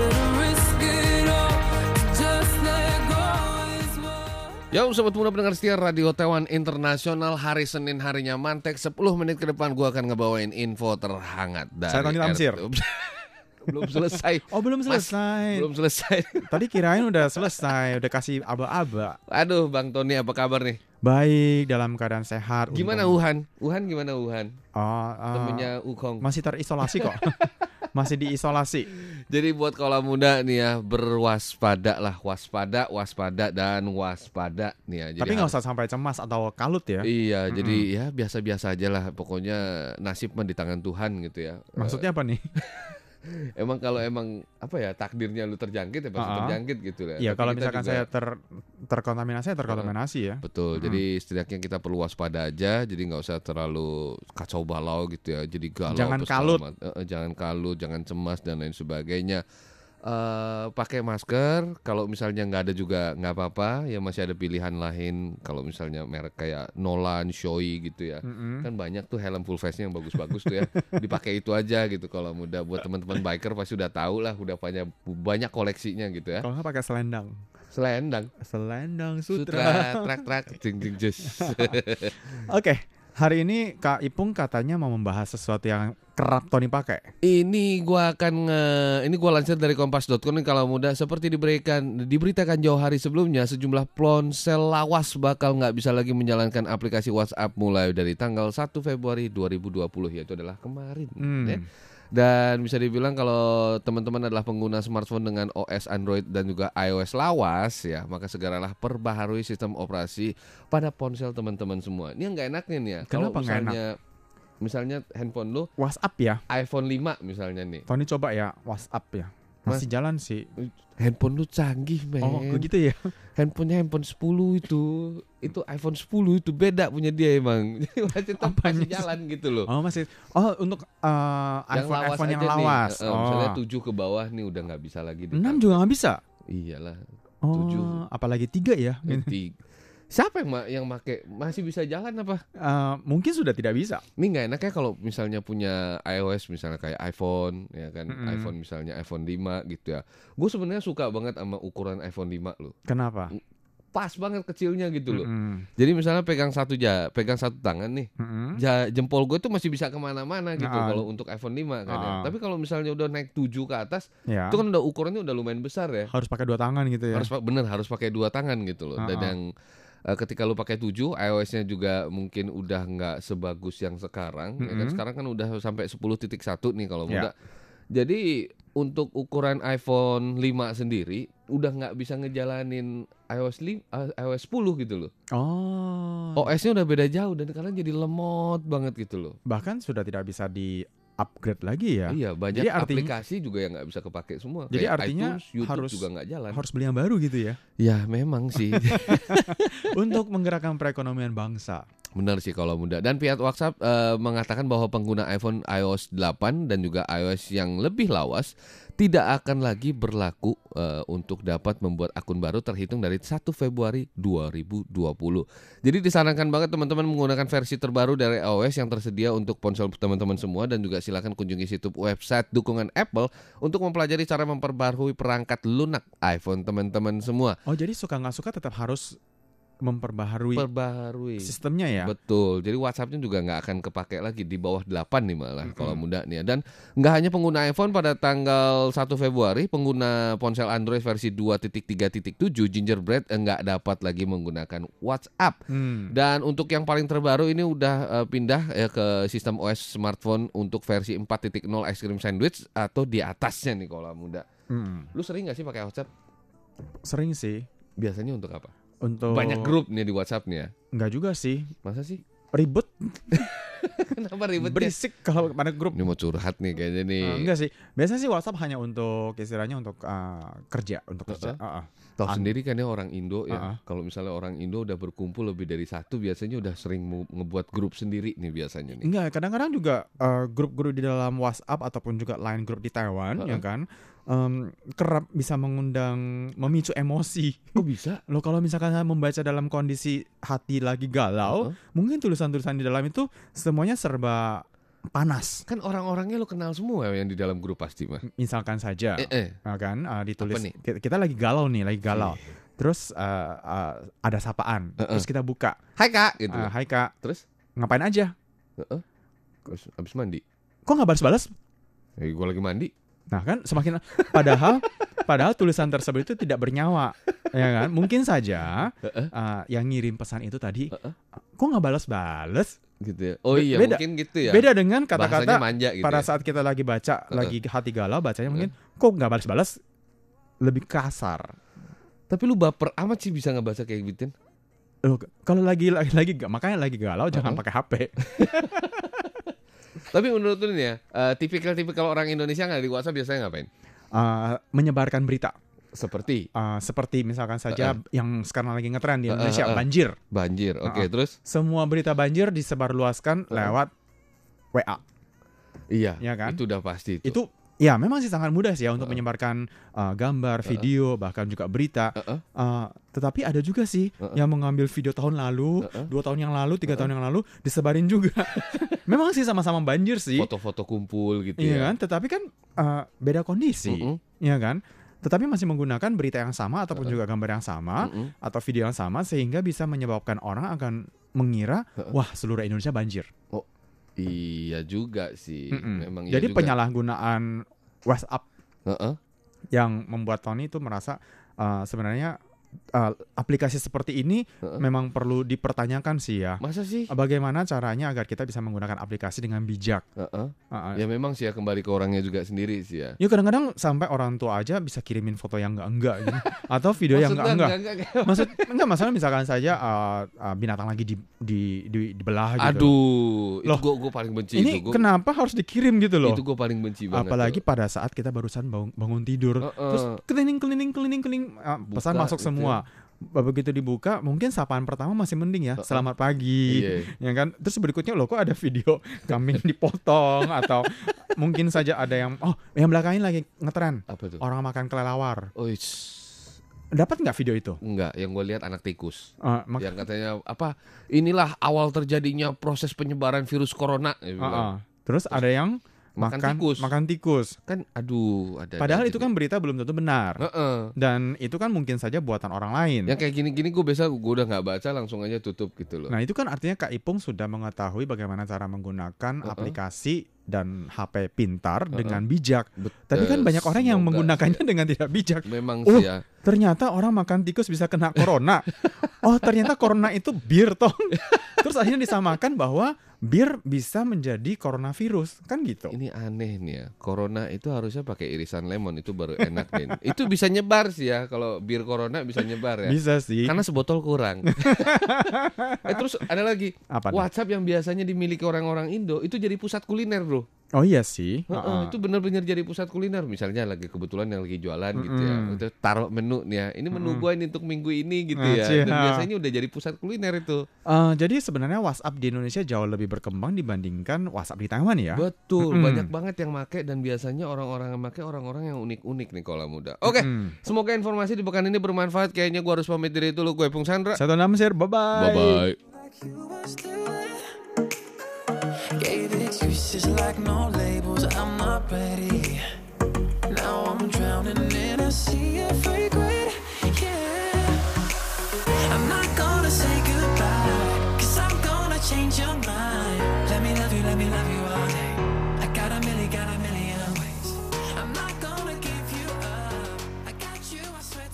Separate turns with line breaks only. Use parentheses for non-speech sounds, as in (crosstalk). Shalom Ya, Sobat Muda pendengar setia Radio Taiwan Internasional Hari Senin hari Nyamantek 10 menit ke depan gua akan ngebawain info terhangat dari
Saya Tony Tamsir.
RT. (laughs) belum selesai
(laughs) Oh belum selesai.
Belum selesai
Tadi kirain udah selesai, udah kasih aba-aba.
Aduh Bang Tony apa kabar nih?
Baik, dalam keadaan sehat.
Gimana
untung.
Wuhan? Wuhan gimana Wuhan?
Oh, eh,
Temennya Ukong
masih terisolasi
(laughs)
kok. masih diisolasi.
Jadi buat kalau muda nih ya berwaspada lah waspada waspada dan waspada nih ya. Jadi
Tapi nggak
harus-
usah sampai cemas atau kalut ya.
Iya, jadi ya biasa-biasa aja lah. Pokoknya nasib mah di tangan Tuhan gitu ya.
Maksudnya apa nih?
Eh,
Iya.
emang kalau emang apa ya takdirnya lu terjangkit ya pasti
Ah.
terjangkit gitu lah. Tapi
Iya, kalau
kita
misalkan
juga-
saya ter terkontaminasi, ya terkontaminasi ya.
Betul.
Mm-mm.
Jadi setidaknya kita perlu waspada aja. Jadi nggak usah terlalu kacau balau gitu ya. Jadi galau.
Jangan
apa segala
kalut.
ma- Eh, eh, jangan kalut, jangan cemas dan lain sebagainya. eh pakai masker. Kalau misalnya nggak ada juga nggak apa-apa. Ya masih ada pilihan lain. Kalau misalnya merek kayak Nolan, Shoei gitu ya.
Mm-mm.
Kan banyak tuh helm full face-nya yang bagus-bagus tuh ya. (laughs) Dipakai itu aja gitu kalau muda buat teman-teman biker pasti udah tahu lah udah banyak banyak koleksinya gitu ya.
Kalau nggak pakai selendang.
Selendang,
Selendang sutra.
sutra, trak trak, jing jing jus.
(laughs) Oke, hari ini Kak Ipung katanya mau membahas sesuatu yang kerap Tony pakai.
Ini gua akan nge, ini gua lansir dari kompas.com nih kalau mudah seperti diberikan diberitakan jauh hari sebelumnya sejumlah ponsel lawas bakal nggak bisa lagi menjalankan aplikasi WhatsApp mulai dari tanggal 1 Februari 2020 yaitu adalah kemarin
Hmm.
ya. Dan bisa dibilang kalau teman-teman adalah pengguna smartphone dengan OS Android dan juga iOS lawas ya, maka segeralah perbaharui sistem operasi pada ponsel teman-teman semua. Ini yang nggak enaknya nih ya. Kalau
Kenapa nggak enak?
misalnya misalnya handphone lu
WhatsApp ya.
iPhone 5 misalnya nih.
Tony coba ya WhatsApp ya. Masih jalan sih.
Handphone lu canggih, men.
Oh, begitu ya.
Handphonenya handphone 10 itu. Itu iPhone 10 itu beda punya dia emang. (laughs) Jadi masih tetap
Apanya
masih
sih?
jalan gitu loh.
Oh, masih oh untuk eh, iPhone iPhone yang
aja nih.
lawas.
Eh, eh, Misalnya
oh.
7 ke bawah nih udah nggak bisa lagi. di-
6 juga nggak bisa. (laughs)
Iyalah.
Oh,
Tujuh. Iya.
apalagi 3 ya.
Inti. Siapa yang ma- yang make masih bisa jalan apa?
Eh, mungkin sudah tidak bisa.
Ini nggak enaknya kalau misalnya punya iOS misalnya kayak iPhone ya kan,
Mm-mm.
iPhone misalnya iPhone 5 gitu ya. Gue sebenarnya suka banget sama ukuran iPhone 5 loh.
Kenapa?
Pas banget kecilnya gitu loh.
Mm-mm.
Jadi misalnya pegang satu ja, pegang satu tangan nih,
Mm-mm.
ja- jempol gue tuh masih bisa kemana-mana gitu
Hmm? Nah.
kalau untuk iPhone 5 kan ya.
Ah.
Tapi kalau misalnya udah naik 7 ke atas,
Ya.
itu kan udah ukurannya udah lumayan besar ya.
Harus pakai dua tangan gitu ya.
Harus pa- bener harus pakai dua tangan gitu loh. Dan
Ah.
yang eh, ketika lu pakai 7, iOS-nya juga mungkin udah nggak sebagus yang sekarang. ya kan?
Mm-mm.
Sekarang kan udah sampai 10.1 nih kalau
Ya.
muda. Jadi untuk ukuran iPhone 5 sendiri udah nggak bisa ngejalanin iOS 5, iOS 10 gitu loh.
Oh.
OS-nya udah beda jauh dan karena jadi lemot banget gitu loh.
Bahkan sudah tidak bisa di upgrade lagi ya.
Iya, banyak
Jadi artinya-
aplikasi juga yang nggak bisa kepake semua.
Jadi
Kayak
artinya
iTunes, YouTube
harus-
juga nggak jalan.
Harus beli yang baru gitu ya. (laughs)
Ya memang sih,
untuk menggerakkan perekonomian bangsa.
benar sih kalau muda. Dan pihak WhatsApp eh, mengatakan bahwa pengguna iPhone iOS 8 dan juga iOS yang lebih lawas tidak akan lagi berlaku eh, untuk dapat membuat akun baru terhitung dari 1 Februari 2020. Jadi disarankan banget teman-teman menggunakan versi terbaru dari iOS yang tersedia untuk ponsel teman-teman semua dan juga silakan kunjungi situs website dukungan Apple untuk mempelajari cara memperbarui perangkat lunak iPhone teman-teman semua.
Oh, jadi suka nggak suka tetap harus memperbaharui
Perbarui.
sistemnya ya.
Betul. Jadi WhatsAppnya juga nggak akan kepake lagi di bawah 8 nih malah kalau muda nih. ya. Dan nggak hanya pengguna iPhone pada tanggal 1 Februari, pengguna ponsel Android versi 2.3.7 Gingerbread eh, nggak dapat lagi menggunakan WhatsApp.
Hmm.
Dan untuk yang paling terbaru ini udah eh, pindah ya, ke sistem OS smartphone untuk versi 4.0 ice cream sandwich atau di atasnya nih kalau muda.
Hmm.
Lu sering nggak sih pakai WhatsApp?
Sering sih
Biasanya untuk apa?
untuk
Banyak grup nih di WhatsApp nih ya.
Nggak juga sih.
Masa sih? (laughs)
Ribet,
Kenapa ribet ya?
berisik kalau pada grup.
Ini mau curhat nih kayaknya nih.
Eh, enggak sih. Biasanya sih WhatsApp hanya untuk istilahnya untuk eh, kerja, untuk kerja. Heeh.
Tahu
An-
sendiri kan ya orang Indo ya.
Ah-ah.
Kalau misalnya orang Indo udah berkumpul lebih dari satu biasanya udah sering mu- ngebuat grup sendiri nih biasanya nih.
Enggak, kadang-kadang juga eh, grup-grup di dalam WhatsApp ataupun juga lain grup di Taiwan,
Heeh.
ya kan, em, kerap bisa mengundang memicu emosi.
Kok bisa?
Lo kalau misalkan membaca dalam kondisi hati lagi galau,
Heeh.
mungkin tulisan-tulisan di dalam itu semuanya serba panas.
Kan orang-orangnya lo kenal semua ya yang di dalam grup pasti mah.
Misalkan saja,
Eh, eh.
nah kan eh, ditulis
Apa nih? Iya.
kita, kita lagi galau nih, lagi galau. Terus eh, eh, ada sapaan.
Heeh.
Terus kita buka.
Hai kak, gitu.
Eh, Hai kak,
Terus,
ngapain aja?
Heeh. terus abis mandi.
Kok nggak balas-balas?
Eh, gue lagi mandi.
Nah kan semakin padahal (laughs) padahal tulisan tersebut itu tidak bernyawa, ya kan? Mungkin saja
Heeh.
eh, yang ngirim pesan itu tadi,
Heeh.
kok nggak balas-balas?
Gitu ya. Oh
Be-
iya,
beda.
mungkin gitu ya.
Beda dengan
Bahasanya
kata-kata
manja gitu.
pada
ya.
saat kita lagi baca,
Heeh.
lagi hati galau bacanya mungkin, kok nggak balas-balas? Lebih kasar.
Tapi lu baper amat sih bisa ngebaca kayak gitu.
Loh, kalau lagi lagi lagi makanya lagi galau jangan pakai HP.
Tapi menurut lu nih ya, eh, tipikal-tipikal orang Indonesia nggak di WhatsApp biasanya ngapain?
Eh, menyebarkan berita
Seperti
Eh, seperti misalkan saja
Uh-uh.
yang sekarang lagi ngetren di
Heeh,
Indonesia
heeh.
banjir.
banjir. Oke,
Heeh.
terus
Semua berita banjir disebarluaskan
Heeh.
lewat WA.
iya,
Iya kan?
itu udah pasti itu.
itu ya memang sih sangat mudah sih ya untuk
Heeh.
menyebarkan uh, gambar,
Uh-uh.
video, bahkan juga berita.
Heeh.
Uh, tetapi ada juga sih
Heeh.
yang mengambil video tahun lalu,
Heeh.
dua tahun yang lalu,
Uh-uh.
tiga tahun yang lalu disebarin juga.
(laughs)
memang sih sama-sama banjir sih,
foto-foto kumpul gitu
iya
ya.
kan? Tetapi kan uh, beda kondisi,
Mm-mm, Uh-uh.
iya kan? Tetapi masih menggunakan berita yang sama ataupun juga gambar yang sama
mm-mm.
atau video yang sama sehingga bisa menyebabkan orang akan mengira
Heeh.
wah seluruh Indonesia banjir.
Iya juga sih.
Mm-mm.
Memang iya
Jadi
juga.
penyalahgunaan WhatsApp
Heeh.
yang membuat Tony itu merasa uh, sebenarnya uh, aplikasi seperti ini
Heeh.
memang perlu dipertanyakan sih ya.
Masa sih?
Bagaimana caranya agar kita bisa menggunakan aplikasi dengan bijak?
Heeh.
Uh,
Ya memang sih ya kembali ke orangnya juga sendiri sih ya.
Ya kadang-kadang sampai orang tua aja bisa kirimin foto yang enggak-enggak
(laughs)
gitu. atau video yang
Maksudnya
enggak-enggak.
enggak-
Maksud enggak masalah misalkan saja uh, uh, binatang lagi di di di- dibelah gitu.
Aduh, itu
Loh,
gue paling benci
ini
itu. Gua,
kenapa harus dikirim gitu loh?
itu gue paling benci banget.
Apalagi
tuh.
pada saat kita barusan bangun, bangun tidur
Heeh.
Terus keliling keliling keliling keliling ah, pesan
Eh, Buka
masuk
gitu
semua. Begitu dibuka mungkin sapaan pertama masih mending ya.
Heeh.
Selamat pagi.
Eh, Iya.
Ya kan? Terus berikutnya loh kok ada video (laughs) kambing dipotong atau mungkin saja ada yang oh yang belakangin lagi ngetren
Apa tuh?
orang makan kelelawar.
Oh, it's-
Dapat nggak video itu?
enggak, yang gue lihat anak tikus.
Ah, mak-
yang katanya apa? Inilah awal terjadinya proses penyebaran virus corona. Dia
ah,
bilang.
ah. Terus ada yang
Makan
makan
tikus.
makan tikus.
Kan aduh, ada.
Padahal itu kan berita belum tentu benar.
Heeh.
Dan itu kan mungkin saja buatan orang lain.
Yang kayak gini-gini gue biasa gue udah nggak baca langsung aja tutup gitu loh.
Nah itu kan artinya Kak Ipung sudah mengetahui bagaimana cara menggunakan
Uh-uh.
aplikasi dan HP pintar
Uh-uh.
dengan bijak.
Bet-
Tapi kan
eh,
banyak orang
semoga
yang
Iya.
menggunakannya dengan tidak bijak.
sih. Memang
Oh.
sih ya.
Ternyata orang makan tikus bisa kena corona. Oh ternyata corona itu bir tong. Terus akhirnya disamakan bahwa bir bisa menjadi coronavirus kan gitu.
Ini aneh nih ya. Corona itu harusnya pakai irisan lemon itu baru enak
(laughs)
Den. Itu bisa nyebar sih ya kalau bir corona bisa nyebar ya.
Bisa sih.
Karena sebotol
(laughs)
kurang. eh terus ada lagi
Apa? nih?
WhatsApp yang biasanya dimiliki orang-orang Indo itu jadi pusat kuliner, Bro.
Oh iya sih.
Heeh,
Uh-uh.
itu benar-benar jadi pusat kuliner. Misalnya lagi kebetulan yang lagi jualan gitu ya.
Mm-mm.
Itu taruh menu nih ya. Ini menu
Mm-mm.
gua ini untuk minggu ini gitu
Ah,
ya.
cia.
Dan biasanya udah jadi pusat kuliner itu.
Eh, jadi sebenarnya WhatsApp di Indonesia jauh lebih berkembang dibandingkan WhatsApp di Taiwan ya.
Betul,
Mm-mm.
banyak banget yang make dan biasanya orang-orang yang make orang-orang yang unik-unik nih kalau muda. Oke,
Mm.
semoga informasi di pekan ini bermanfaat. Kayaknya gua harus pamit diri dulu gue Pung Sandra.
Satu enam share. Bye bye.
Bye-bye.
like you was doing. Gave excuses like no labels. I'm not ready. Now I'm drowning in a sea of regrets.